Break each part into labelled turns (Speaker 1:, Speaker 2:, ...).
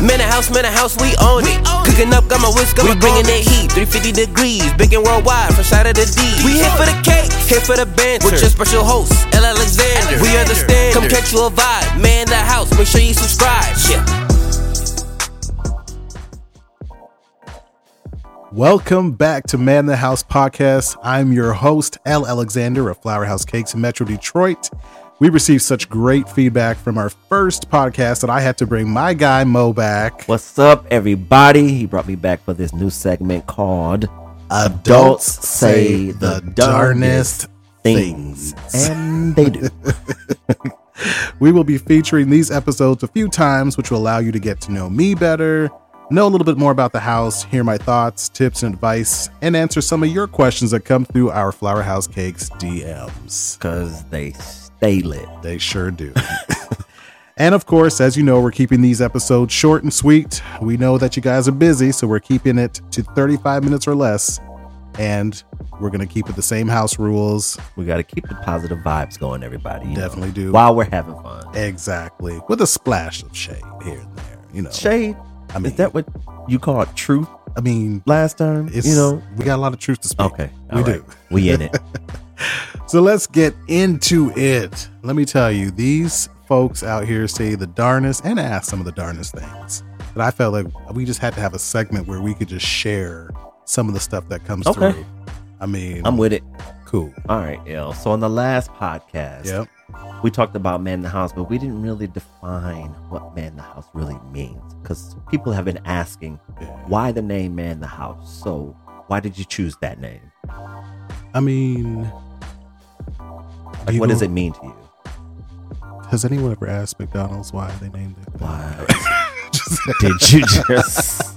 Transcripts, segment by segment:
Speaker 1: Man a house, man a house, we own it. Cooking up, got my whisk, I'm bringing that heat. 350 degrees, baking worldwide from side of the D. We here for the cake, here for the banter. With your special host, L. Alexander. We understand. Come catch you a vibe, man the house. Make sure you subscribe. Yeah.
Speaker 2: Welcome back to Man in the House podcast. I'm your host, Al Alexander of Flower House Cakes in Metro Detroit. We received such great feedback from our first podcast that I had to bring my guy Mo back.
Speaker 3: What's up, everybody? He brought me back for this new segment called Adults Say the Darnest Things. And they do.
Speaker 2: We will be featuring these episodes a few times, which will allow you to get to know me better, know a little bit more about the house, hear my thoughts, tips, and advice, and answer some of your questions that come through our Flower House Cakes DMs.
Speaker 3: Because they stay lit.
Speaker 2: They sure do. and of course, as you know, we're keeping these episodes short and sweet. We know that you guys are busy, so we're keeping it to 35 minutes or less. And we're going to keep it the same house rules.
Speaker 3: We got to keep the positive vibes going, everybody. you know,
Speaker 2: Definitely do.
Speaker 3: While we're having fun.
Speaker 2: Exactly. With a splash of shade here and there. You know,
Speaker 3: Shade,
Speaker 2: I mean,
Speaker 3: is that what you called truth
Speaker 2: I mean,
Speaker 3: last time?
Speaker 2: it's,
Speaker 3: you know?
Speaker 2: we got a lot of truth to speak.
Speaker 3: Okay.
Speaker 2: we
Speaker 3: all
Speaker 2: do.
Speaker 3: right. We in it.
Speaker 2: So let's get into it. Let me tell you, these folks out here say the darnest and ask some of the darnest things. But I felt like we just had to have a segment where we could just share some of the stuff that comes
Speaker 3: Okay.
Speaker 2: through. I mean,
Speaker 3: I'm with it.
Speaker 2: cool.
Speaker 3: All right, L. So on the last podcast,
Speaker 2: Yep.
Speaker 3: we talked about man in the house, but we didn't really define what man in the house really means because people have been asking
Speaker 2: Yeah.
Speaker 3: why the name man in the house. So why did you choose that name?
Speaker 2: I mean,
Speaker 3: Like, what does it mean to you?
Speaker 2: Has anyone ever asked McDonald's why they named it?
Speaker 3: Why did you just?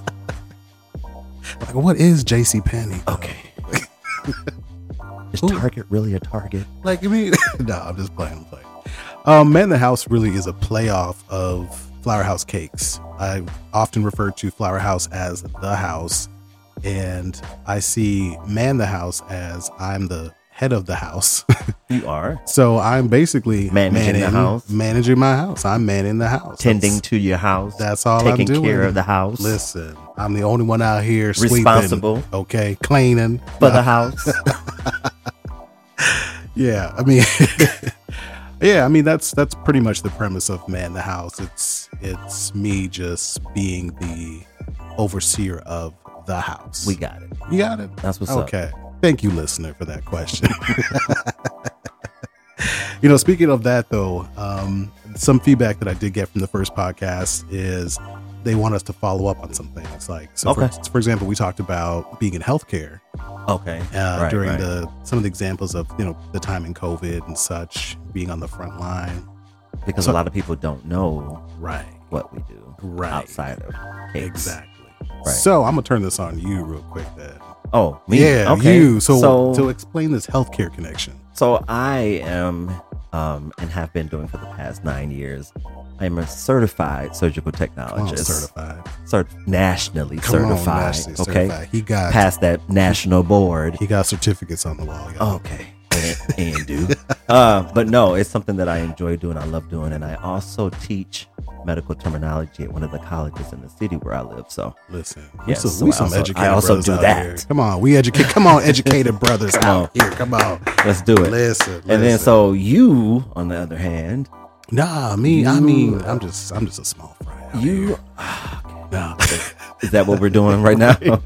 Speaker 2: Like, what is JC Penney?
Speaker 3: Okay. Is
Speaker 2: Ooh.
Speaker 3: Target really a Target?
Speaker 2: Like, I mean, no, I'm just playing. I'm playing. Um, Man in the House really is a playoff of Flower House Cakes. I often refer to Flower House as the house, and I see Man the House as I'm the head of the house.
Speaker 3: You are
Speaker 2: so I'm basically
Speaker 3: Managing the house.
Speaker 2: managing my house. I'm manning the house,
Speaker 3: tending
Speaker 2: That's,
Speaker 3: to your house,
Speaker 2: that's all
Speaker 3: taking
Speaker 2: I'm doing.
Speaker 3: care of the house,
Speaker 2: Listen, I'm the only one out here sweeping,
Speaker 3: responsible
Speaker 2: Okay, cleaning
Speaker 3: for the house.
Speaker 2: Yeah, I mean, yeah, I mean that's that's pretty much the premise of Man the House. It's it's me just being the overseer of the house.
Speaker 3: we got it.
Speaker 2: you got it.
Speaker 3: That's what's up.
Speaker 2: okay, thank you, listener, for that question. you know, speaking of that though, um, some feedback that I did get from the first podcast is they want us to follow up on some things. Like, so for,
Speaker 3: Okay.
Speaker 2: for example, we talked about being in healthcare
Speaker 3: Okay.
Speaker 2: uh,
Speaker 3: Right,
Speaker 2: during
Speaker 3: right.
Speaker 2: the some of the examples of you know the time in COVID and such being on the front line.
Speaker 3: Because
Speaker 2: So-
Speaker 3: a lot of people don't know
Speaker 2: Right.
Speaker 3: what we do
Speaker 2: Right.
Speaker 3: outside of cakes.
Speaker 2: Exactly.
Speaker 3: Right.
Speaker 2: So I'm gonna turn this on you real quick then.
Speaker 3: Oh, me?
Speaker 2: Yeah,
Speaker 3: okay.
Speaker 2: you. So,
Speaker 3: so
Speaker 2: so explain this healthcare connection.
Speaker 3: so I am um and have been doing for the past nine years. I am a certified surgical
Speaker 2: Come on,
Speaker 3: technologist,
Speaker 2: certified.
Speaker 3: Cert- nationally
Speaker 2: Come on,
Speaker 3: Oh, certified.
Speaker 2: Nasty,
Speaker 3: okay,
Speaker 2: certified. He got
Speaker 3: past that national board.
Speaker 2: he got certificates on the wall. y'all.
Speaker 3: Okay. And, and do. Uh, but no, it's something that I enjoy doing. I love doing. And I also teach medical terminology at one of the colleges in the city where I live. So
Speaker 2: Listen,
Speaker 3: Yes,
Speaker 2: we some,
Speaker 3: so
Speaker 2: we
Speaker 3: I
Speaker 2: some
Speaker 3: also- I
Speaker 2: educated
Speaker 3: also
Speaker 2: brothers
Speaker 3: do
Speaker 2: out
Speaker 3: that.
Speaker 2: here. Come on, we educate. Come on, educated brothers
Speaker 3: Come
Speaker 2: out here. Come on,
Speaker 3: let's do it.
Speaker 2: listen.
Speaker 3: and then
Speaker 2: listen.
Speaker 3: so you, on the other hand,
Speaker 2: nah, me. I
Speaker 3: You-
Speaker 2: mean, I'm just, I'm just a small fry. out
Speaker 3: you
Speaker 2: here. nah.
Speaker 3: is that what we're doing right now?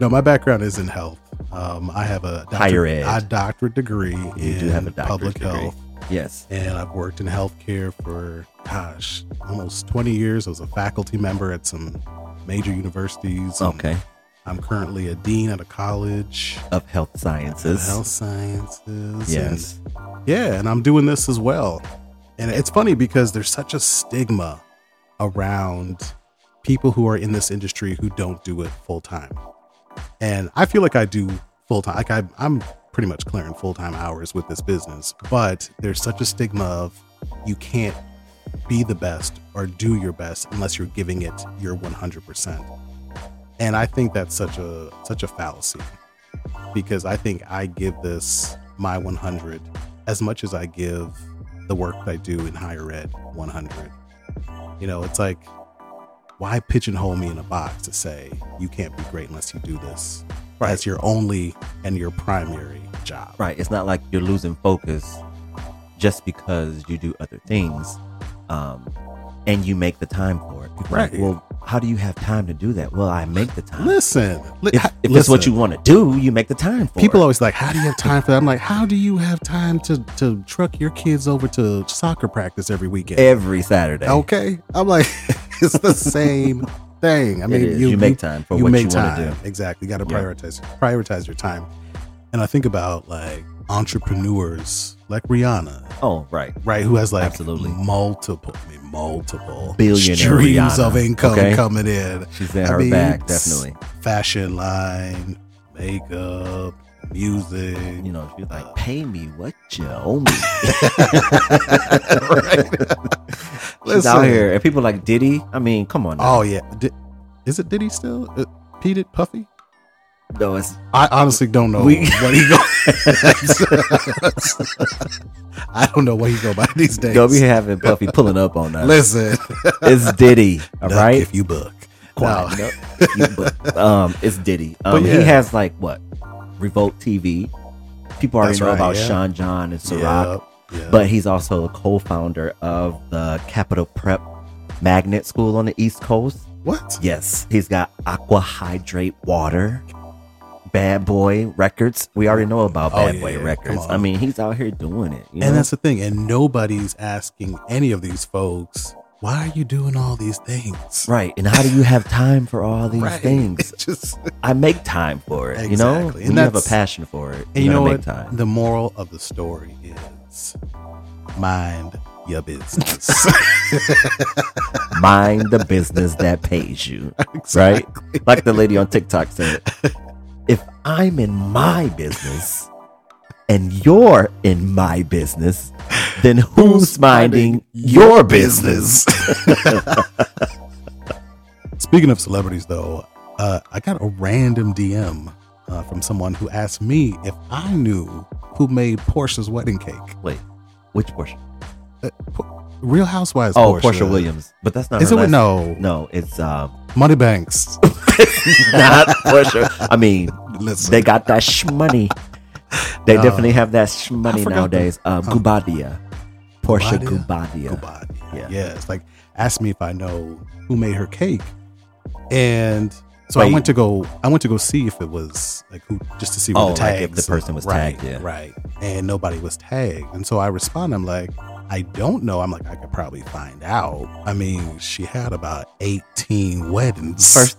Speaker 2: No, my background is in health. Um, I have a doctor-
Speaker 3: Higher ed.
Speaker 2: a doctorate degree in
Speaker 3: do have a doctorate
Speaker 2: public
Speaker 3: degree.
Speaker 2: health,
Speaker 3: yes.
Speaker 2: and I've worked in healthcare for gosh, almost 20 years. I was a faculty member at some major universities. and
Speaker 3: Okay.
Speaker 2: I'm currently a dean at a college.
Speaker 3: Of health
Speaker 2: of
Speaker 3: sciences.
Speaker 2: Health sciences.
Speaker 3: Yes.
Speaker 2: And yeah, and I'm doing this as well. And it's funny because there's such a stigma around people who are in this industry who don't do it full time. And I feel like I do full time. Like I, I'm pretty much clearing full time hours with this business, but there's such a stigma of you can't be the best or do your best unless you're giving it your 100%. And I think that's such a such a fallacy because I think I give this my 100 as much as I give the work that I do in higher ed 100. You know, it's like, why pigeonhole me in a box to say you can't be great unless you do this?
Speaker 3: Right.
Speaker 2: That's your only and your primary job.
Speaker 3: Right. It's not like you're losing focus just because you do other things um, and you make the time for it. People are like,
Speaker 2: Right.
Speaker 3: well, how do you have time to do that? Well, I make the time.
Speaker 2: Listen, li-
Speaker 3: If,
Speaker 2: ha-
Speaker 3: if it's what you
Speaker 2: listen.
Speaker 3: want to do, you make the time for
Speaker 2: People
Speaker 3: it.
Speaker 2: always like, how do you have time for that? I'm like, how do you have time to to truck your kids over to soccer practice every weekend?
Speaker 3: every Saturday.
Speaker 2: Okay, I'm like, it's the same thing. I mean,
Speaker 3: is. You make time for what you wanna
Speaker 2: time.
Speaker 3: do.
Speaker 2: Exactly, got to
Speaker 3: Yeah.
Speaker 2: prioritize prioritize your time. And I think about like entrepreneurs like Rihanna,
Speaker 3: Oh, right.
Speaker 2: right? Who has like
Speaker 3: Absolutely.
Speaker 2: multiple, I mean, multiple
Speaker 3: Billionaire
Speaker 2: streams
Speaker 3: Rihanna,
Speaker 2: of income
Speaker 3: okay?
Speaker 2: coming in.
Speaker 3: She's in
Speaker 2: I
Speaker 3: her
Speaker 2: mean,
Speaker 3: bag,
Speaker 2: s-
Speaker 3: definitely.
Speaker 2: Fashion line, makeup, music.
Speaker 3: You know, she's
Speaker 2: Uh,
Speaker 3: like, pay me what you owe me. She's out
Speaker 2: Listen.
Speaker 3: here. And people like Diddy. I mean, come on. Now.
Speaker 2: Oh yeah, Di- is it Diddy still? Uh, Pete it Puffy?
Speaker 3: no, it's
Speaker 2: I honestly don't know
Speaker 3: We-
Speaker 2: what he go. I don't know what he go by these days.
Speaker 3: don't be having Puffy pulling up on us.
Speaker 2: Listen,
Speaker 3: It's Diddy, all
Speaker 2: duck
Speaker 3: right.
Speaker 2: If you book,
Speaker 3: Quiet,
Speaker 2: No.
Speaker 3: no, you- but um, it's Diddy. Um,
Speaker 2: But
Speaker 3: he
Speaker 2: yeah.
Speaker 3: has like what Revolt TV. People already
Speaker 2: That's
Speaker 3: know
Speaker 2: right,
Speaker 3: about
Speaker 2: yeah.
Speaker 3: Sean John and Ciroc,
Speaker 2: Yeah, yeah.
Speaker 3: but he's also a co-founder of the Capital Prep Magnet School on the East Coast.
Speaker 2: what?
Speaker 3: Yes, he's got Aqua Hydrate Water, Bad Boy Records. We already know about
Speaker 2: Oh,
Speaker 3: Bad
Speaker 2: yeah,
Speaker 3: Boy
Speaker 2: come
Speaker 3: Records.
Speaker 2: on.
Speaker 3: I mean, he's out here doing it. You
Speaker 2: And
Speaker 3: know?
Speaker 2: that's the thing. And nobody's asking any of these folks, why are you doing all these things?
Speaker 3: right. And how do you have time for all these
Speaker 2: Right.
Speaker 3: things?
Speaker 2: It's just
Speaker 3: I make time for it. You know,
Speaker 2: Exactly. And
Speaker 3: when you have a
Speaker 2: that's-
Speaker 3: passion for it.
Speaker 2: And
Speaker 3: you
Speaker 2: you know
Speaker 3: make
Speaker 2: what?
Speaker 3: Time.
Speaker 2: The moral of the story is mind your business.
Speaker 3: Mind the business that pays you.
Speaker 2: Exactly.
Speaker 3: Right? Like the lady on TikTok said, if I'm in my business and you're in my business, then who's minding your business?
Speaker 2: Speaking of celebrities, though, uh, I got a random DM uh, from someone who asked me if I knew who made Portia's wedding cake.
Speaker 3: Wait, which Portia?
Speaker 2: Uh, P- Real Housewives.
Speaker 3: Oh, Portia, Williams. But that's not
Speaker 2: Is
Speaker 3: her
Speaker 2: it with
Speaker 3: last-
Speaker 2: no
Speaker 3: No, it's um,
Speaker 2: Moneybanks?
Speaker 3: not Portia. I mean,
Speaker 2: Listen,
Speaker 3: they got that sh money. They
Speaker 2: No.
Speaker 3: definitely have that sh
Speaker 2: Uh, I
Speaker 3: money
Speaker 2: forgot the-
Speaker 3: nowadays. Uh,
Speaker 2: Oh.
Speaker 3: Gubadia. Portia
Speaker 2: Gubadia?
Speaker 3: Gubadia.
Speaker 2: Goodbye.
Speaker 3: Yeah.
Speaker 2: Yeah. it's like asked me if I know who made her cake, and so I
Speaker 3: Wait.
Speaker 2: went to go. I went to go see if it was like who, just to see what
Speaker 3: Oh,
Speaker 2: the
Speaker 3: like if
Speaker 2: tags.
Speaker 3: the person was
Speaker 2: right,
Speaker 3: tagged, yeah.
Speaker 2: right. And nobody was tagged, and so I respond. I'm like, I don't know. I'm like, I could probably find out. I mean, she had about 18 weddings.
Speaker 3: First,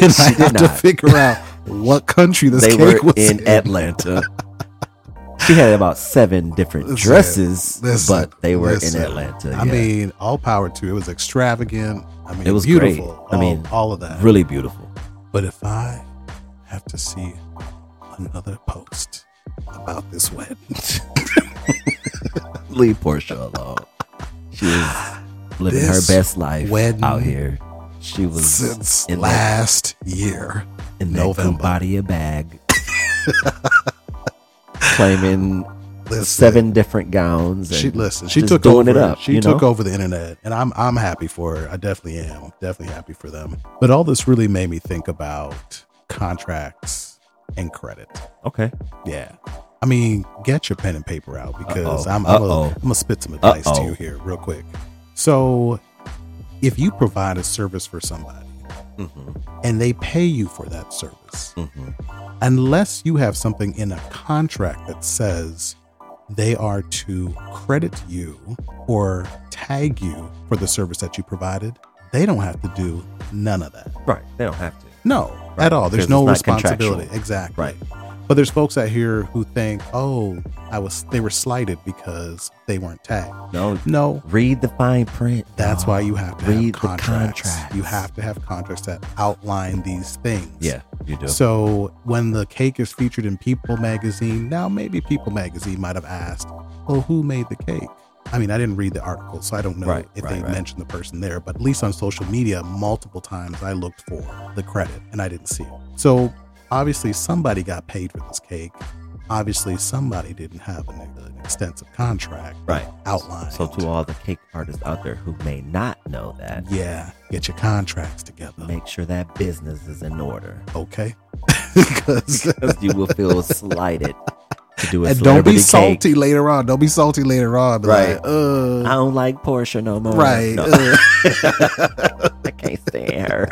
Speaker 2: and
Speaker 3: she
Speaker 2: I
Speaker 3: did
Speaker 2: have to
Speaker 3: not.
Speaker 2: figure out what country this
Speaker 3: they
Speaker 2: cake
Speaker 3: were
Speaker 2: was
Speaker 3: in Atlanta. she had about seven different
Speaker 2: Listen,
Speaker 3: dresses,
Speaker 2: listen,
Speaker 3: but they were
Speaker 2: listen.
Speaker 3: in Atlanta.
Speaker 2: I
Speaker 3: yeah.
Speaker 2: mean, all power to it. It was extravagant. I mean,
Speaker 3: It was
Speaker 2: beautiful.
Speaker 3: great. I
Speaker 2: All-
Speaker 3: mean,
Speaker 2: all of that.
Speaker 3: really beautiful.
Speaker 2: But if I have to see another post about this wedding,
Speaker 3: Leave Portia alone. She was living her
Speaker 2: This
Speaker 3: best life
Speaker 2: wedding
Speaker 3: out here. She was
Speaker 2: since
Speaker 3: in that,
Speaker 2: last year,
Speaker 3: in that
Speaker 2: November.
Speaker 3: Kubadia bag, claiming
Speaker 2: listen,
Speaker 3: seven different gowns. And
Speaker 2: She listen. She
Speaker 3: just
Speaker 2: took
Speaker 3: doing
Speaker 2: over.
Speaker 3: it up.
Speaker 2: she
Speaker 3: you
Speaker 2: took
Speaker 3: know?
Speaker 2: over the internet, and I'm I'm happy for her. I definitely am. Definitely happy for them. But all this really made me think about contracts and credit.
Speaker 3: Okay.
Speaker 2: Yeah. I mean, get your pen and paper out because
Speaker 3: Uh-oh.
Speaker 2: I'm I'm
Speaker 3: Uh-oh.
Speaker 2: going to spit some advice to
Speaker 3: Uh-oh.
Speaker 2: you here real quick. So, if you provide a service for somebody
Speaker 3: Mm-hmm,
Speaker 2: and they pay you for that service,
Speaker 3: mm-hmm.
Speaker 2: unless you have something in a contract that says they are to credit you or tag you for the service that you provided, they don't have to do none of that.
Speaker 3: Right. They don't have to.
Speaker 2: No,
Speaker 3: Right,
Speaker 2: at all. There's
Speaker 3: 'cause
Speaker 2: no
Speaker 3: it's not contractual.
Speaker 2: responsibility. Exactly.
Speaker 3: Right.
Speaker 2: But there's folks out here who think, oh, I was they were slighted because they weren't tagged.
Speaker 3: No.
Speaker 2: No,
Speaker 3: Read the fine print.
Speaker 2: that's
Speaker 3: dog.
Speaker 2: why you have to
Speaker 3: Read
Speaker 2: have
Speaker 3: the
Speaker 2: contracts.
Speaker 3: contracts.
Speaker 2: You have to have contracts that outline these things.
Speaker 3: Yeah, you do.
Speaker 2: So when the cake is featured in People magazine, now maybe People magazine might have asked, "Well, who made the cake?" I mean, I didn't read the article, so I don't know
Speaker 3: Right,
Speaker 2: if
Speaker 3: right,
Speaker 2: they
Speaker 3: right.
Speaker 2: mentioned the person there. But at least on social media, multiple times I looked for the credit and I didn't see it. So obviously somebody got paid for this cake, obviously somebody didn't have an, an extensive contract
Speaker 3: Right.
Speaker 2: outlined.
Speaker 3: So to all the cake artists out there who may not know that,
Speaker 2: yeah, get your contracts together,
Speaker 3: make sure that business is in order.
Speaker 2: okay? Because
Speaker 3: 'Cause you will feel slighted to do a
Speaker 2: and don't
Speaker 3: celebrity
Speaker 2: be
Speaker 3: cake.
Speaker 2: salty later on. Don't be salty later on. Be
Speaker 3: Right.
Speaker 2: Like, uh,
Speaker 3: I don't like Portia no more.
Speaker 2: right.
Speaker 3: No,
Speaker 2: uh,
Speaker 3: I can't stand her.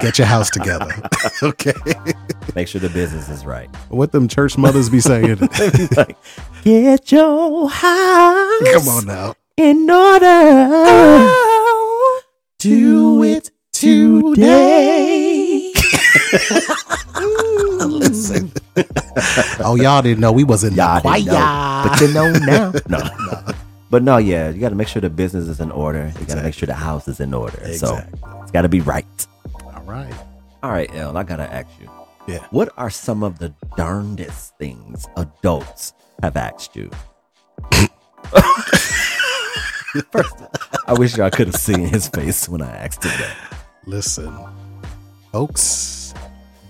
Speaker 2: get your house together, okay?
Speaker 3: Make sure the business is right.
Speaker 2: What them church mothers be saying?
Speaker 3: Like, get your house
Speaker 2: Come on now.
Speaker 3: in order. Do it today.
Speaker 2: Listen. oh, y'all didn't know we wasn't
Speaker 3: Y'all
Speaker 2: quiet.
Speaker 3: didn't know, but you know now. No. But no, yeah, you got to make sure the business is in order. You got to make sure the house is in order.
Speaker 2: Exactly.
Speaker 3: So it's got to be right.
Speaker 2: All right.
Speaker 3: All right, El, I got to ask you.
Speaker 2: Yeah.
Speaker 3: What are some of the darndest things adults have asked you? First, I wish y'all could have seen his face when I asked him that.
Speaker 2: Listen, folks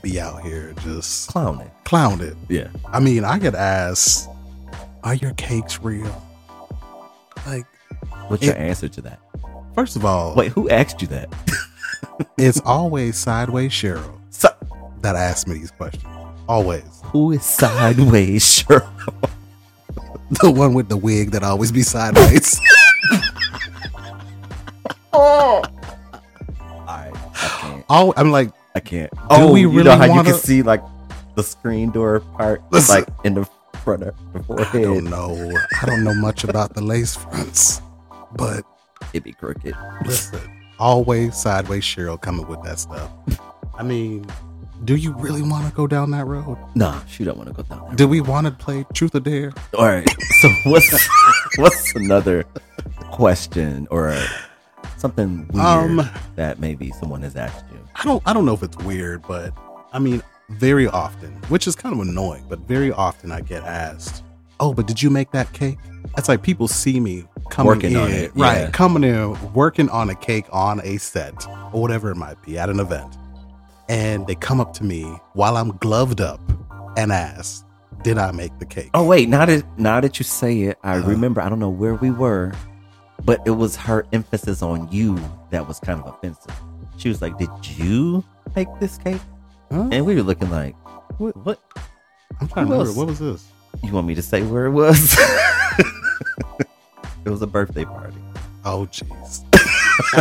Speaker 2: be out here just
Speaker 3: Clowning.
Speaker 2: clown it.
Speaker 3: Yeah.
Speaker 2: I mean, I could ask, are your cakes real? Like,
Speaker 3: What's your answer to that?
Speaker 2: first of all,
Speaker 3: Wait, who asked you that?
Speaker 2: it's always sideways Cheryl
Speaker 3: So,
Speaker 2: that asks me these questions. Always.
Speaker 3: who is sideways Cheryl?
Speaker 2: The one with the wig that always be sideways.
Speaker 3: All right, I can't.
Speaker 2: oh, I'm like,
Speaker 3: I can't. Do
Speaker 2: we
Speaker 3: you know
Speaker 2: really
Speaker 3: how you
Speaker 2: wanna-
Speaker 3: can see like the screen door part,
Speaker 2: Listen.
Speaker 3: like in the front of the
Speaker 2: I don't
Speaker 3: forehead?
Speaker 2: know. I don't know much about the lace fronts, but
Speaker 3: It'd be crooked.
Speaker 2: Listen, always sideways Cheryl coming with that stuff. I mean, do you really want to go down that road?
Speaker 3: Nah, she don't want to go down that
Speaker 2: Do we want to play truth or dare?
Speaker 3: All right. So what's what's another question or something weird
Speaker 2: Um,
Speaker 3: that maybe someone has asked you?
Speaker 2: I don't I don't know if it's weird, but I mean, very often, which is kind of annoying, but very often I get asked, "Oh, but did you make that cake?" It's like people see me coming
Speaker 3: Working
Speaker 2: in,
Speaker 3: on it,
Speaker 2: right?
Speaker 3: yeah.
Speaker 2: Coming in, working on a cake on a set or whatever it might be at an event, and they come up to me while I'm gloved up and ask, "Did I make the cake?"
Speaker 3: Oh wait, now that now that you say it, I
Speaker 2: Uh-huh.
Speaker 3: remember. I don't know where we were, but it was her emphasis on you that was kind of offensive. She was like, "Did you make this cake?"
Speaker 2: Huh?
Speaker 3: And we were looking like, "What? What?
Speaker 2: I'm trying to
Speaker 3: Who
Speaker 2: remember.
Speaker 3: else?
Speaker 2: What was this?
Speaker 3: You want me to say where it was?" it was a birthday party.
Speaker 2: Oh, jeez.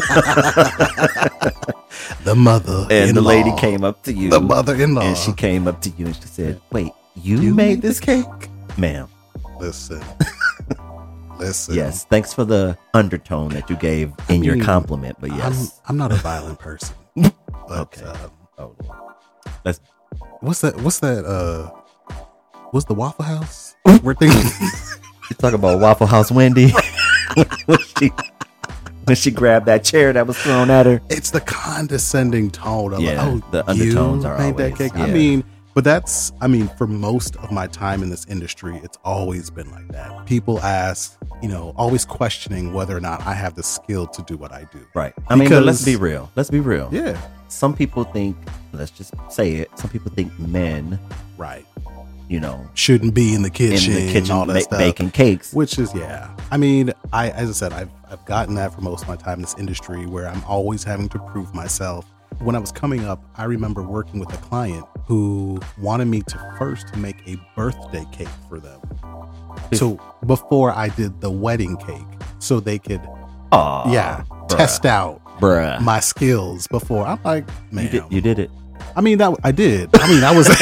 Speaker 2: the mother
Speaker 3: and the
Speaker 2: in-law.
Speaker 3: lady came up to you
Speaker 2: The mother-in-law.
Speaker 3: and she came up to you and she said wait you, made this cake ma'am
Speaker 2: Listen, listen.
Speaker 3: yes thanks for the undertone that you gave
Speaker 2: I
Speaker 3: in your
Speaker 2: mean,
Speaker 3: compliment but yes
Speaker 2: I'm, I'm not a violent person. But,
Speaker 3: Okay.
Speaker 2: um,
Speaker 3: oh, Lord.
Speaker 2: what's that? What's that? Uh, what's the Waffle House? We're thinking.
Speaker 3: you talk about waffle house wendy when, she, when she grabbed that chair that was thrown at her
Speaker 2: it's the condescending tone of
Speaker 3: Yeah,
Speaker 2: like, oh,
Speaker 3: the
Speaker 2: you
Speaker 3: undertones are
Speaker 2: made
Speaker 3: always-
Speaker 2: that cake. I
Speaker 3: yeah.
Speaker 2: mean, but that's I mean, for most of my time in this industry, it's always been like that. People ask, you know, always questioning whether or not I have the skill to do what I do.
Speaker 3: right i mean but let's
Speaker 2: Because-
Speaker 3: be real let's be real
Speaker 2: Yeah,
Speaker 3: some people think let's just say it some people think men
Speaker 2: right.
Speaker 3: you know
Speaker 2: Shouldn't be in the
Speaker 3: in
Speaker 2: kitchen,
Speaker 3: the kitchen
Speaker 2: all that
Speaker 3: ma-
Speaker 2: stuff.
Speaker 3: baking cakes
Speaker 2: Which is yeah. I mean, I as I said, I've I've gotten that for most of my time in this industry where I'm always having to prove myself. When I was coming up, I remember working with a client who wanted me to first make a birthday cake for them. So before I did the wedding cake, so they could
Speaker 3: Aw,
Speaker 2: yeah,
Speaker 3: bruh,
Speaker 2: test out
Speaker 3: bruh
Speaker 2: my skills before. I'm like, man,
Speaker 3: you did, you did it
Speaker 2: I mean that I did. I mean, I was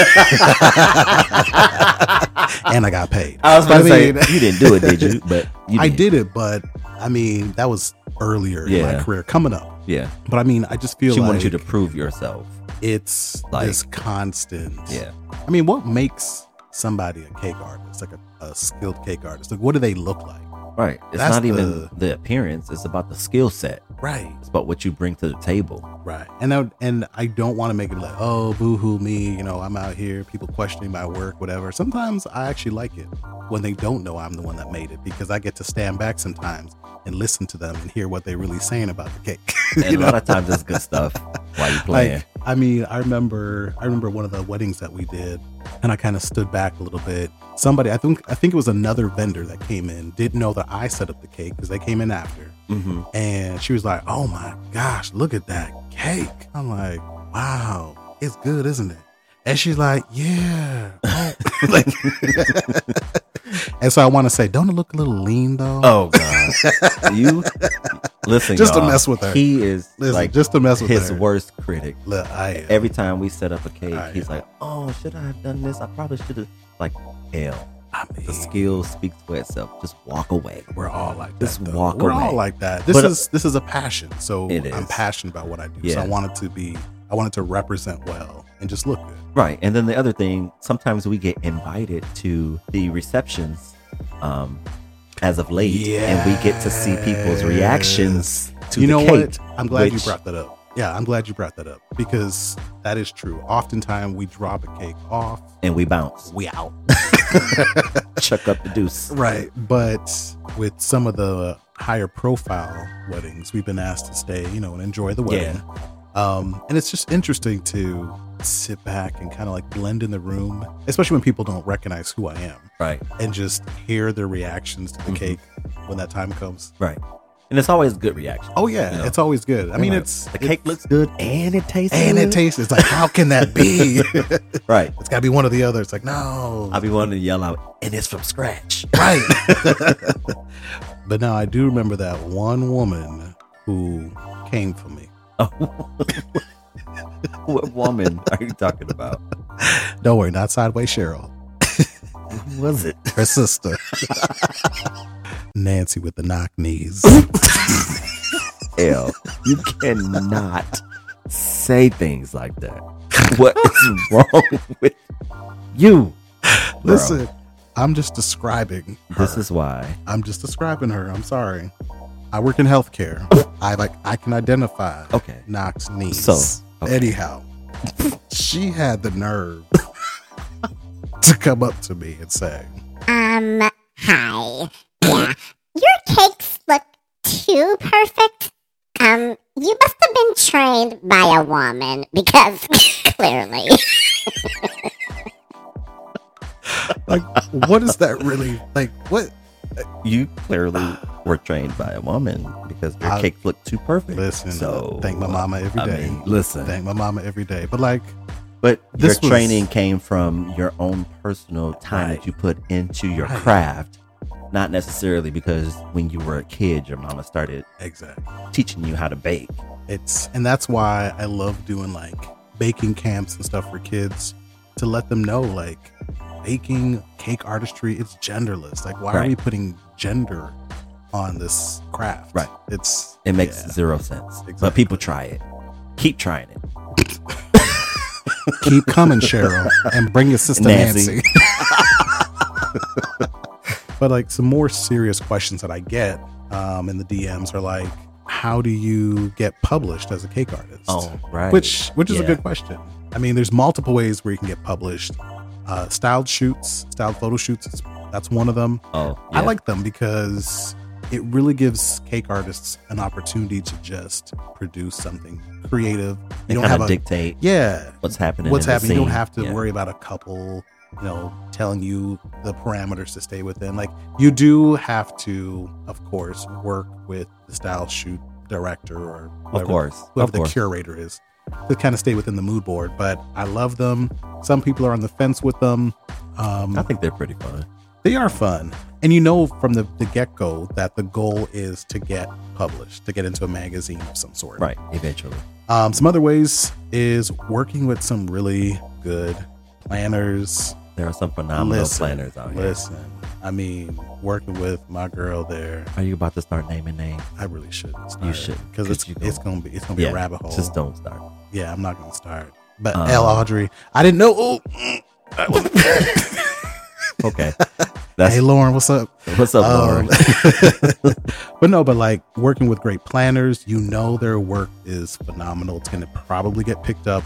Speaker 2: and I got paid.
Speaker 3: I was about to
Speaker 2: mean-
Speaker 3: say you didn't do it, did you? But you did.
Speaker 2: I did it, but I mean that was earlier in
Speaker 3: Yeah.
Speaker 2: my career coming up.
Speaker 3: Yeah,
Speaker 2: But I mean, I just feel
Speaker 3: she
Speaker 2: like
Speaker 3: wanted you to prove yourself.
Speaker 2: it's
Speaker 3: like-
Speaker 2: this constant.
Speaker 3: Yeah,
Speaker 2: I mean, what makes somebody a cake artist, like a, a skilled cake artist? Like, what do they look like?
Speaker 3: right. It's
Speaker 2: That's
Speaker 3: not even
Speaker 2: the-
Speaker 3: the appearance; it's about the skill set.
Speaker 2: Right,
Speaker 3: It's about what you bring to the table.
Speaker 2: right. And I, and I don't want to make it like, oh, boo hoo me. You know, I'm out here, people questioning my work, whatever. Sometimes I actually like it when they don't know I'm the one that made it because I get to stand back sometimes and listen to them and hear what they're really saying about the cake.
Speaker 3: And a lot of times it's good stuff while you playing.
Speaker 2: like I mean, I remember I remember one of the weddings that we did and I kind of stood back a little bit. Somebody, I think I think it was another vendor that came in, didn't know that I set up the cake because they came in after.
Speaker 3: Mm-hmm.
Speaker 2: And she was like, "Oh my gosh, look at that cake!" I'm like, "Wow, it's good, isn't it?" And she's like, "Yeah." oh." like, and so I want to say, "Don't it look a little lean though?"
Speaker 3: Oh God, you listen
Speaker 2: Just to
Speaker 3: y'all,
Speaker 2: mess with her.
Speaker 3: He is
Speaker 2: Listen,
Speaker 3: like
Speaker 2: just to mess with
Speaker 3: his
Speaker 2: her.
Speaker 3: worst critic.
Speaker 2: Look, I
Speaker 3: Every time we set up a cake,
Speaker 2: Right.
Speaker 3: he's like, "Oh, should I have done this? I probably should have." Like, hell,
Speaker 2: I mean,
Speaker 3: the skill speaks for itself. Just walk away.
Speaker 2: we're all like
Speaker 3: Just
Speaker 2: that. though.
Speaker 3: walk
Speaker 2: we're all
Speaker 3: away.
Speaker 2: like that. This
Speaker 3: But, uh,
Speaker 2: is this is a passion. So
Speaker 3: It
Speaker 2: I'm
Speaker 3: is.
Speaker 2: passionate about what I do. So I
Speaker 3: Yes.
Speaker 2: wanted to be I wanted to represent well and just look good.
Speaker 3: Right. And then the other thing, sometimes we get invited to the receptions um, as of late, and we get to see people's reactions to
Speaker 2: you
Speaker 3: the
Speaker 2: know
Speaker 3: cake.
Speaker 2: what? I'm glad you
Speaker 3: which-
Speaker 2: brought that up. Yeah, I'm glad you brought that up because that is true. Oftentimes we drop a cake off,
Speaker 3: And we bounce,
Speaker 2: we out.
Speaker 3: chuck up the deuce.
Speaker 2: Right. But with some of the higher profile weddings, we've been asked to stay, you know, and enjoy the wedding. Um, and it's just interesting to sit back and kind of like blend in the room, especially when people don't recognize who I am
Speaker 3: Right.
Speaker 2: and just hear their reactions to the
Speaker 3: Mhm.
Speaker 2: cake when that time comes.
Speaker 3: Right. And it's always good reaction.
Speaker 2: Oh, yeah.
Speaker 3: You know,
Speaker 2: It's always good. I mean,
Speaker 3: like,
Speaker 2: it's
Speaker 3: the cake looks good and it tastes
Speaker 2: and
Speaker 3: good.
Speaker 2: it tastes. It's like, how can that be? it's
Speaker 3: Right.
Speaker 2: got to be one or the other. It's like, no,
Speaker 3: I'll be wanting to yell out, and it's from scratch.
Speaker 2: right. but now I do remember that one woman who came for me.
Speaker 3: what woman are you talking about?
Speaker 2: Don't worry, not sideways Cheryl,
Speaker 3: Who was it?
Speaker 2: her sister, Nancy with the knock knees.
Speaker 3: L. You cannot say things like that. What is wrong with you? bro?
Speaker 2: Listen, I'm just describing. Her.
Speaker 3: this is why.
Speaker 2: I'm just describing her. I'm sorry. I work in healthcare. I like I can identify
Speaker 3: Okay.
Speaker 2: Knox niece.
Speaker 3: So, okay.
Speaker 2: anyhow, she had the nerve to come up to me and say,
Speaker 4: Um, hi. Yeah, your cakes look too perfect. Um, you must have been trained by a woman because clearly.
Speaker 2: "Like, what is that really? Like, what?"
Speaker 3: You clearly were trained by a woman because your
Speaker 2: I-
Speaker 3: cake looked too perfect.
Speaker 2: Listen,
Speaker 3: so
Speaker 2: thank my mama every
Speaker 3: I
Speaker 2: day.
Speaker 3: mean, listen,
Speaker 2: thank my mama every day. But like,
Speaker 3: but
Speaker 2: This was-
Speaker 3: your training came from your own personal time
Speaker 2: Right.
Speaker 3: that you put into your
Speaker 2: Right.
Speaker 3: craft, not necessarily because when you were a kid, your mama started
Speaker 2: exactly.
Speaker 3: teaching you how to bake.
Speaker 2: It's and that's why I love doing like baking camps and stuff for kids to let them know like baking, cake artistry, it's genderless. Like why are
Speaker 3: Right.
Speaker 2: we putting gender on this craft?
Speaker 3: Right.
Speaker 2: It's
Speaker 3: It makes
Speaker 2: yeah.
Speaker 3: zero sense.
Speaker 2: Exactly.
Speaker 3: But people try it. Keep trying it.
Speaker 2: keep coming, Cheryl, and bring your sister Nancy.
Speaker 3: Nancy.
Speaker 2: but like some more serious questions that I get um, in the DMs are like, how do you get published as a cake artist?
Speaker 3: right.
Speaker 2: which which is a
Speaker 3: Yeah.
Speaker 2: good question. I mean, there's multiple ways where you can get published. Uh, styled shoots, styled photo shoots, is- that's one of them.
Speaker 3: oh,
Speaker 2: I
Speaker 3: yeah.
Speaker 2: like them because it really gives cake artists an opportunity to just produce something creative.
Speaker 3: They
Speaker 2: You
Speaker 3: kinda
Speaker 2: don't have a
Speaker 3: dictate
Speaker 2: yeah.
Speaker 3: what's happening.
Speaker 2: What's
Speaker 3: in the
Speaker 2: happening? You don't
Speaker 3: scene.
Speaker 2: have to
Speaker 3: Yeah.
Speaker 2: worry about a couple, you know, telling you the parameters to stay within. Like you do have to, of course, work with the style shoot director or
Speaker 3: Of
Speaker 2: whoever
Speaker 3: course,
Speaker 2: whoever
Speaker 3: of
Speaker 2: the
Speaker 3: course.
Speaker 2: curator is to kind of stay within the mood board. But I love them. Some people are on the fence with them.
Speaker 3: I
Speaker 2: Um,
Speaker 3: think they're pretty fun.
Speaker 2: they are fun. And you know from the, the get go that the goal is to get published, to get into a magazine of some sort.
Speaker 3: Right. Eventually.
Speaker 2: Um, some other ways is working with some really good planners.
Speaker 3: There are some phenomenal
Speaker 2: Listen,
Speaker 3: planners out here.
Speaker 2: Listen, I mean, working with my girl there,
Speaker 3: Are you about to start naming names?
Speaker 2: I really shouldn't. Start,
Speaker 3: shouldn't,
Speaker 2: because
Speaker 3: 'cause
Speaker 2: it's
Speaker 3: you
Speaker 2: it's
Speaker 3: gonna-
Speaker 2: gonna be it's gonna be a rabbit hole.
Speaker 3: Just don't start.
Speaker 2: Yeah, I'm not gonna start. But
Speaker 3: Um,
Speaker 2: L. Audrey, I didn't know. Oh, mm, I wasn't-
Speaker 3: Okay. That's
Speaker 2: hey, Lauren, what's up?
Speaker 3: what's up,
Speaker 2: Um,
Speaker 3: Lauren.
Speaker 2: but no, but like working with great planners, you know their work is phenomenal. It's gonna probably get picked up,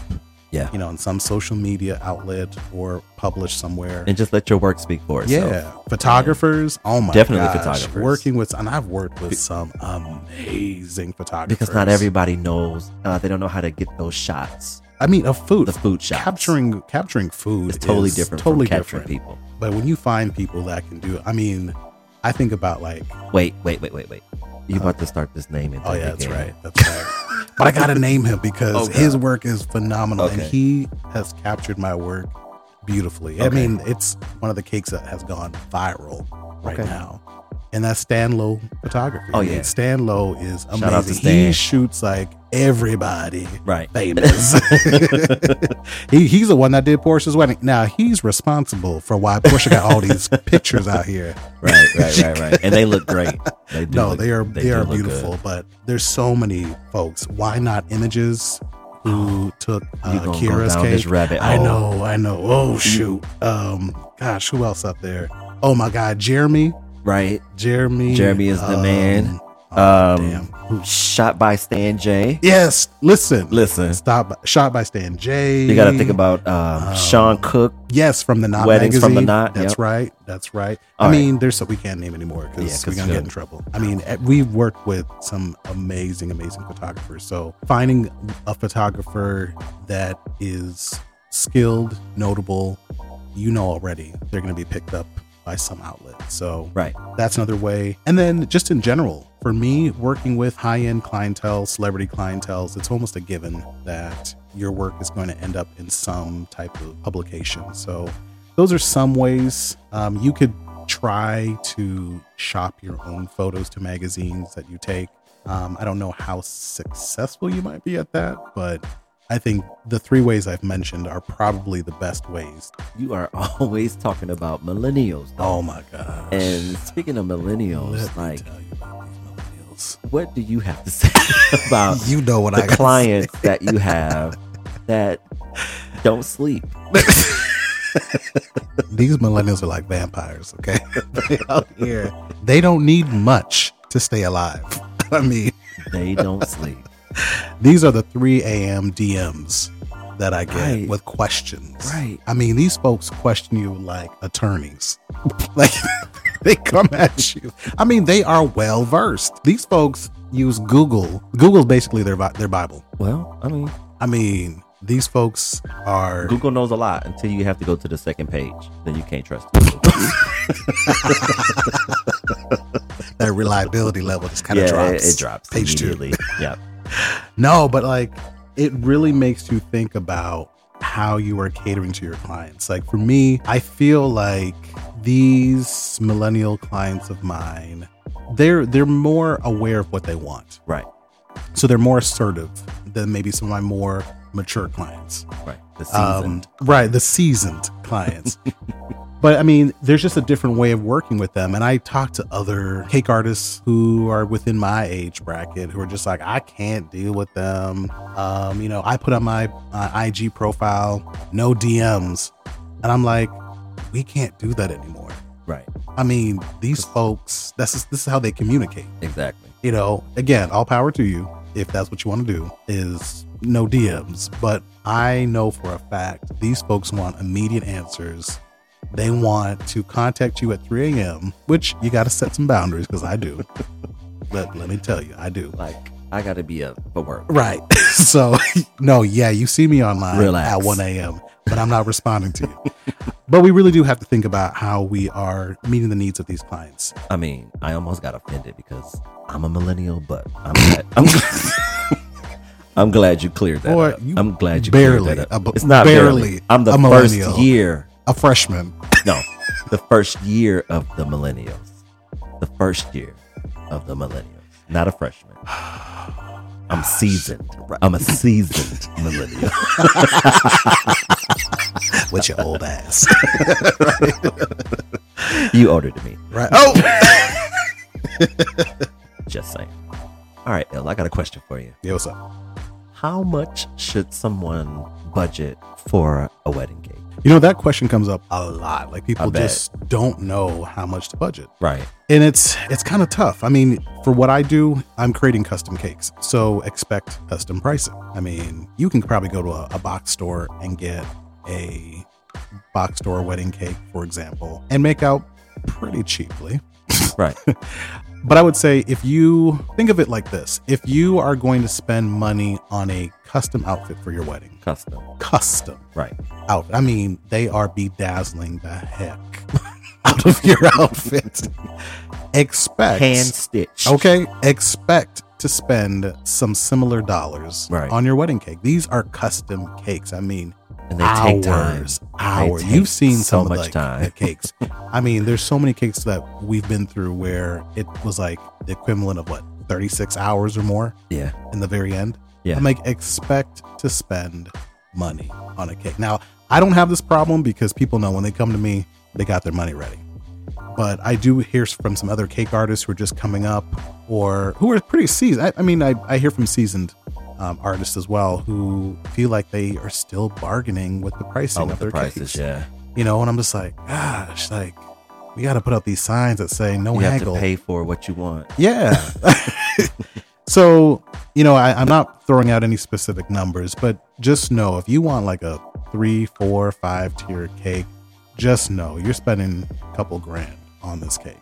Speaker 3: Yeah.
Speaker 2: you know, in some social media outlet or published somewhere.
Speaker 3: And just let your work speak for itself.
Speaker 2: yeah, photographers. Oh my,
Speaker 3: Definitely
Speaker 2: gosh.
Speaker 3: photographers.
Speaker 2: Working with, and I've worked with some amazing photographers
Speaker 3: Because not everybody knows. Uh, they don't know how to get those shots.
Speaker 2: I mean, of food.
Speaker 3: The food shops.
Speaker 2: Capturing capturing food
Speaker 3: It's totally
Speaker 2: is
Speaker 3: different
Speaker 2: Totally
Speaker 3: from capturing
Speaker 2: different.
Speaker 3: people.
Speaker 2: But when you find people that can do, I mean, I think about like,
Speaker 3: Wait, wait, wait, wait, wait. You about to start this name?
Speaker 2: oh yeah, that's
Speaker 3: again.
Speaker 2: right, that's right. but I gotta name him because
Speaker 3: Oh, God.
Speaker 2: his work is phenomenal, and
Speaker 3: Okay.
Speaker 2: he has captured my work beautifully. I
Speaker 3: Okay.
Speaker 2: mean, it's one of the cakes that has gone viral right
Speaker 3: Okay.
Speaker 2: now. And that's Stan Lowe photography.
Speaker 3: Oh,
Speaker 2: I mean,
Speaker 3: yeah.
Speaker 2: Stan Lowe is amazing.
Speaker 3: Shout out to
Speaker 2: He
Speaker 3: Stan.
Speaker 2: shoots like everybody.
Speaker 3: Right.
Speaker 2: famous. he, he's the one that did Porsche's wedding. Now he's responsible for why Porsche got all these pictures out here.
Speaker 3: Right, right, right, right. And they look great. They do
Speaker 2: No,
Speaker 3: look-
Speaker 2: they are they,
Speaker 3: do
Speaker 2: are
Speaker 3: look good.
Speaker 2: beautiful, but there's so many folks. Why not images? Who took
Speaker 3: You
Speaker 2: uh,
Speaker 3: gonna go
Speaker 2: Kira's
Speaker 3: down
Speaker 2: cake?
Speaker 3: this rabbit
Speaker 2: I
Speaker 3: hole.
Speaker 2: know, I know. Oh shoot. Um, gosh, who else up there? Oh my God, Jeremy.
Speaker 3: Right.
Speaker 2: Jeremy.
Speaker 3: Jeremy is the man.
Speaker 2: oh,
Speaker 3: Um,
Speaker 2: damn. Who-
Speaker 3: Shot by Stan J.
Speaker 2: Yes. Listen.
Speaker 3: Listen,
Speaker 2: Stop. Shot by Stan J.
Speaker 3: you got to think about um,
Speaker 2: Oh.
Speaker 3: Sean Cook.
Speaker 2: Yes, from the Knot
Speaker 3: Weddings
Speaker 2: magazine.
Speaker 3: from the Knot,
Speaker 2: That's
Speaker 3: yep.
Speaker 2: right. That's right. I
Speaker 3: All right.
Speaker 2: mean, there's so we can't name anymore
Speaker 3: Yeah,
Speaker 2: because
Speaker 3: 'cause Oh.
Speaker 2: we're gonna get
Speaker 3: good.
Speaker 2: in trouble. I mean, eh, we've worked with some amazing, amazing photographers. So finding a photographer that is skilled, notable, you know already they're gonna be picked up by some outlet. So
Speaker 3: Right.
Speaker 2: that's another way. And then just in general, for me, working with high end clientele, celebrity clienteles, it's almost a given that your work is going to end up in some type of publication. So those are some ways um, you could try to shop your own photos to magazines that you take. Um, I don't know how successful you might be at that, but I think the three ways I've mentioned are probably the best ways.
Speaker 3: You are always talking about millennials. Though.
Speaker 2: Oh my gosh.
Speaker 3: And speaking of millennials,
Speaker 2: Let me
Speaker 3: like,
Speaker 2: tell you about these millennials.
Speaker 3: what do you have to say about
Speaker 2: you know what
Speaker 3: the
Speaker 2: I gotta
Speaker 3: clients that you have that don't sleep?
Speaker 2: say. These millennials are like vampires, okay? they out here. They don't need much to stay alive. I mean,
Speaker 3: They don't sleep.
Speaker 2: these are the 3 a.m. DMs that I get
Speaker 3: Right.
Speaker 2: with questions.
Speaker 3: Right.
Speaker 2: I mean, these folks question you like attorneys. like they come at you. I mean, they are well versed. These folks use Google. Google's basically their bi- their Bible.
Speaker 3: Well, I mean, er.
Speaker 2: I mean, these folks are
Speaker 3: Google knows a lot until you have to go to the second page. Then you can't trust Google.
Speaker 2: their reliability level just kind of
Speaker 3: yeah,
Speaker 2: drops.
Speaker 3: it, it drops
Speaker 2: Page two.
Speaker 3: immediately. yeah.
Speaker 2: No, but like it really makes you think about how you are catering to your clients. Like for me, I feel like these millennial clients of mine, they're they're more aware of what they want.
Speaker 3: Right.
Speaker 2: So they're more assertive than maybe some of my more mature clients.
Speaker 3: Right. The
Speaker 2: Um,
Speaker 3: seasoned.
Speaker 2: right, the seasoned clients. but I mean, there's just a different way of working with them. And I talk to other cake artists who are within my age bracket who are just like, I can't deal with them. Um, you know, I put on my uh, IG profile, no DMs. And I'm like, we can't do that anymore.
Speaker 3: right.
Speaker 2: I mean, these folks, this is, this is how they communicate
Speaker 3: Exactly.
Speaker 2: you know, again, all power to you if that's what you want to do is no DMs. But I know for a fact these folks want immediate answers. They want to contact you at 3 a.m., which you got to set some boundaries because I do. let, let me tell you, I do.
Speaker 3: Like, I got to be up for work.
Speaker 2: Right. So, no, yeah, you see me online
Speaker 3: Relax.
Speaker 2: at 1 a.m., but I'm not responding to you. but we really do have to think about how we are meeting the needs of these clients.
Speaker 3: I mean, I almost got offended because I'm a millennial, but I'm glad, I'm, glad- I'm glad you cleared that.
Speaker 2: Boy,
Speaker 3: up.
Speaker 2: you
Speaker 3: I'm glad you
Speaker 2: barely
Speaker 3: cleared that
Speaker 2: a
Speaker 3: up.
Speaker 2: b-
Speaker 3: it's not barely.
Speaker 2: barely
Speaker 3: I'm the
Speaker 2: a
Speaker 3: first
Speaker 2: millennial.
Speaker 3: year.
Speaker 2: A freshman.
Speaker 3: No, the first year of the millennials. The first year of the millennials. Not a freshman. I'm seasoned. I'm a seasoned millennial.
Speaker 2: with your old ass.
Speaker 3: You older than me.
Speaker 2: right. Oh.
Speaker 3: Just saying. All right, L. I got a question for you.
Speaker 2: Yeah, what's up?
Speaker 3: How much should someone budget for a wedding cake?
Speaker 2: You know, that question comes up a lot. Like people
Speaker 3: bet.
Speaker 2: just don't know how much to budget.
Speaker 3: Right.
Speaker 2: And it's it's kind of tough. I mean, for what I do, I'm creating custom cakes. So expect custom pricing. I mean, you can probably go to a, a box store and get a box store wedding cake, for example, and make out pretty cheaply.
Speaker 3: Right.
Speaker 2: But I would say if you think of it like this if you are going to spend money on a custom outfit for your wedding,
Speaker 3: Custom.
Speaker 2: custom
Speaker 3: Right.
Speaker 2: outfit, I mean, they are bedazzling the heck out of your outfit. Expect.
Speaker 3: Hand stitch.
Speaker 2: Okay. Expect to spend some similar dollars
Speaker 3: Right.
Speaker 2: on your wedding cake. These are custom cakes. I mean,
Speaker 3: And they take time.
Speaker 2: hours, hours.
Speaker 3: take
Speaker 2: You've seen
Speaker 3: so
Speaker 2: some of
Speaker 3: much
Speaker 2: like,
Speaker 3: time.
Speaker 2: the cakes. I mean, there's so many cakes that we've been through where it was like the equivalent of what 36 hours or more
Speaker 3: Yeah.
Speaker 2: in the very end.
Speaker 3: Yeah.
Speaker 2: I'm like, expect to spend money on a cake. Now, I don't have this problem because people know when they come to me, they got their money ready. But I do hear from some other cake artists who are just coming up or who are pretty seasoned. I, I mean, I, I hear from seasoned um, artists as well who feel like they are still bargaining with the pricing
Speaker 3: Oh,
Speaker 2: of
Speaker 3: with
Speaker 2: their
Speaker 3: the prices.
Speaker 2: cakes.
Speaker 3: Yeah.
Speaker 2: You know, and I'm just like, gosh, like, we got to put up these signs that say no
Speaker 3: You have to
Speaker 2: haggle.
Speaker 3: pay for what you want.
Speaker 2: Yeah. so, you know, I, I'm not throwing out any specific numbers, but just know if you want like a three, four, five tier cake, just know you're spending a couple grand on this cake.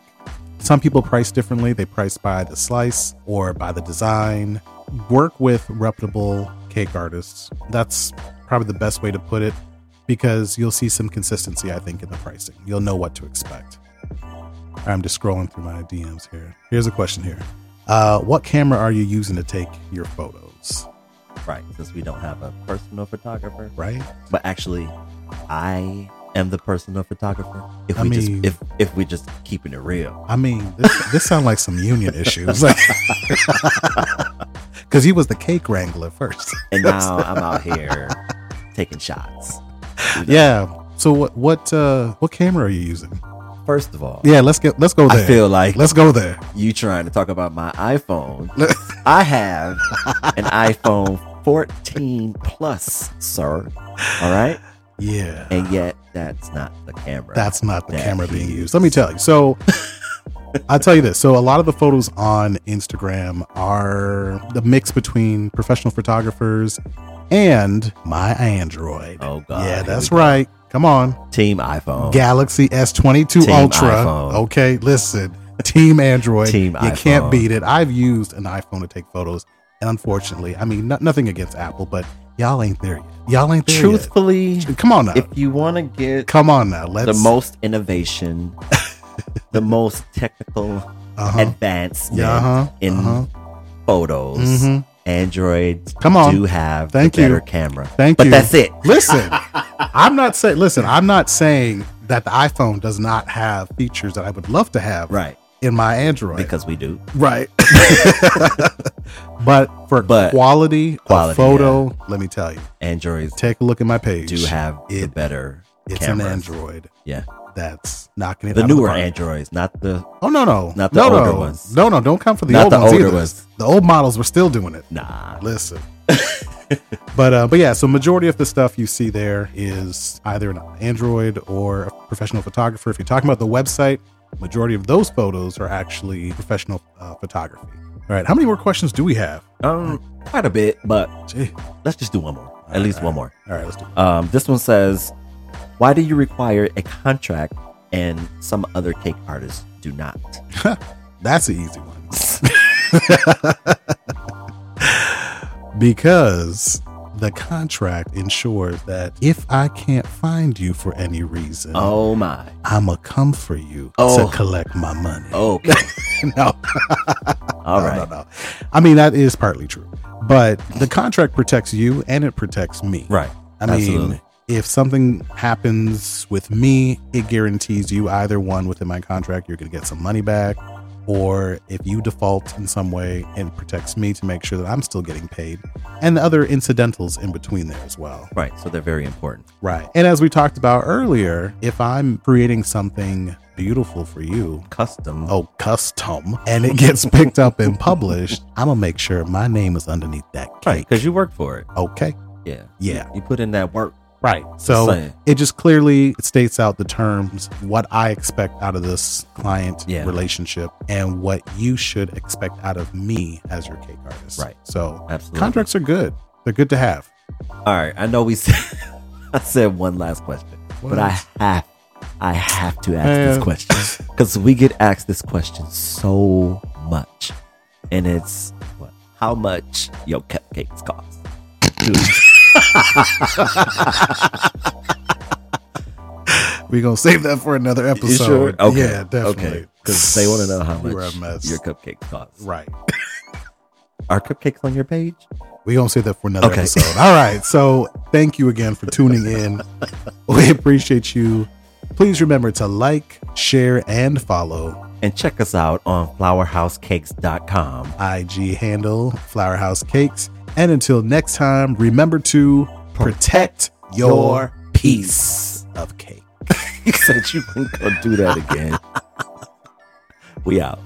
Speaker 2: Some people price differently, they price by the slice or by the design. Work with reputable cake artists. That's probably the best way to put it because you'll see some consistency, I think, in the pricing. You'll know what to expect. I'm just scrolling through my DMs here. Here's a question here. Uh, what camera are you using to take your photos?
Speaker 3: Right. Since we don't have a personal photographer.
Speaker 2: Right?
Speaker 3: But actually, I am the personal photographer. If
Speaker 2: I
Speaker 3: we
Speaker 2: mean-
Speaker 3: just if if we just keeping it real.
Speaker 2: I mean, this, this sounds like some union issues. Because he was the cake wrangler first.
Speaker 3: And now I'm out here taking shots.
Speaker 2: Yeah. So what what uh, what camera are you using?
Speaker 3: First of all,
Speaker 2: Yeah, let's get let's go there.
Speaker 3: I feel like
Speaker 2: let's go there.
Speaker 3: you trying to talk about my iPhone. I have an iPhone 14 plus, sir. All right.
Speaker 2: Yeah.
Speaker 3: And yet that's not the camera.
Speaker 2: That's not the
Speaker 3: that
Speaker 2: camera
Speaker 3: he
Speaker 2: being
Speaker 3: used.
Speaker 2: used. Let me tell you. So I'll tell you this. So a lot of the photos on Instagram are the mix between professional photographers and my Android.
Speaker 3: Oh, God.
Speaker 2: Yeah,
Speaker 3: Here
Speaker 2: that's
Speaker 3: we go.
Speaker 2: right. Come on.
Speaker 3: Team iPhone.
Speaker 2: Galaxy S22
Speaker 3: Team
Speaker 2: Ultra.
Speaker 3: iPhone.
Speaker 2: Okay, listen. Team Android.
Speaker 3: Team
Speaker 2: you can't
Speaker 3: iPhone.
Speaker 2: beat it. I've used an iPhone to take photos. And unfortunately, I mean, no- nothing against Apple, but y'all ain't there yet. Y'all ain't there
Speaker 3: Truthfully,
Speaker 2: yet. Come on now.
Speaker 3: if you want to get
Speaker 2: Come on now. Let's.
Speaker 3: the most innovation, the most technical
Speaker 2: uh-huh.
Speaker 3: advancement
Speaker 2: Yeah, uh-huh,
Speaker 3: in
Speaker 2: uh-huh.
Speaker 3: photos,
Speaker 2: Mhm.
Speaker 3: Androids
Speaker 2: Come on.
Speaker 3: do have
Speaker 2: Thank
Speaker 3: the better
Speaker 2: you.
Speaker 3: camera.
Speaker 2: Thank
Speaker 3: but
Speaker 2: you.
Speaker 3: that's it.
Speaker 2: Listen, I'm not saying. Listen, I'm not saying that the iPhone does not have features that I would love to have
Speaker 3: Right.
Speaker 2: in my Android.
Speaker 3: Because we do.
Speaker 2: right. but for
Speaker 3: But
Speaker 2: quality,
Speaker 3: quality,
Speaker 2: of photo, let me tell you.
Speaker 3: Androids
Speaker 2: Take a look at my page.
Speaker 3: do have the
Speaker 2: It-
Speaker 3: better
Speaker 2: it's
Speaker 3: cameras.
Speaker 2: an Android
Speaker 3: Yeah.
Speaker 2: that's knocking it.
Speaker 3: The
Speaker 2: out of
Speaker 3: newer
Speaker 2: park.
Speaker 3: Androids, not the
Speaker 2: Oh no no
Speaker 3: Not the
Speaker 2: no,
Speaker 3: older
Speaker 2: no.
Speaker 3: ones.
Speaker 2: No no don't come for the
Speaker 3: Not
Speaker 2: old
Speaker 3: the
Speaker 2: ones
Speaker 3: older
Speaker 2: either.
Speaker 3: ones.
Speaker 2: The old models were still doing it.
Speaker 3: nah.
Speaker 2: Listen. but uh, but yeah, so majority of the stuff you see there is either an Android or a professional photographer. If you're talking about the website, majority of those photos are actually professional uh, photography. All right, how many more questions do we have?
Speaker 3: Um, quite a bit, but
Speaker 2: Gee.
Speaker 3: let's just do one more. At least one more.
Speaker 2: All right, let's do it.
Speaker 3: Um, this one says, "Why do you require a contract and some other cake artists do not?"
Speaker 2: That's an easy one. because the contract ensures that if I can't find you for any reason,
Speaker 3: Oh my.
Speaker 2: I'ma come for you
Speaker 3: Oh.
Speaker 2: to collect my money.
Speaker 3: Okay.
Speaker 2: No.
Speaker 3: All
Speaker 2: No,
Speaker 3: right.
Speaker 2: no, no. I mean, that is partly true, but the contract protects you and it protects me.
Speaker 3: Right.
Speaker 2: I mean,
Speaker 3: Absolutely.
Speaker 2: if something happens with me, it guarantees you either one within my contract, you're going to get some money back, or if you default in some way, it protects me to make sure that I'm still getting paid and the other incidentals in between there as well.
Speaker 3: Right. So they're very important.
Speaker 2: Right. And as we talked about earlier, if I'm creating something beautiful for you,
Speaker 3: Custom.
Speaker 2: oh custom and it gets picked up and published i'm gonna make sure my name is underneath that
Speaker 3: right.
Speaker 2: cake
Speaker 3: Because you work for it.
Speaker 2: okay
Speaker 3: Yeah.
Speaker 2: yeah
Speaker 3: You put in that work.
Speaker 2: right so
Speaker 3: Same.
Speaker 2: it just clearly states out the terms what i expect out of this client
Speaker 3: Yeah.
Speaker 2: relationship and what you should expect out of me as your cake artist
Speaker 3: Right.
Speaker 2: so
Speaker 3: Absolutely.
Speaker 2: contracts are good they're good to have
Speaker 3: All right. I know we said I said one last question, but I have I have to ask
Speaker 2: I,
Speaker 3: this
Speaker 2: uh,
Speaker 3: question because we get asked this question so much, and it's what, how much your cupcakes cost.
Speaker 2: We gonna save that for another episode.
Speaker 3: Okay.
Speaker 2: Yeah, definitely.
Speaker 3: Because they want to know how
Speaker 2: You're
Speaker 3: much
Speaker 2: a mess.
Speaker 3: your cupcakes cost.
Speaker 2: right.
Speaker 3: Are cupcakes on your page?
Speaker 2: We gonna save that for another
Speaker 3: Okay.
Speaker 2: episode. All right. So thank you again for tuning in. we appreciate you. Please remember to like, share, and follow
Speaker 3: And check us out on flowerhousecakes.com.
Speaker 2: IG handle Flower House Cakes. And until next time, remember to protect your piece of cake.
Speaker 3: You said you ain't gonna do that again. we out.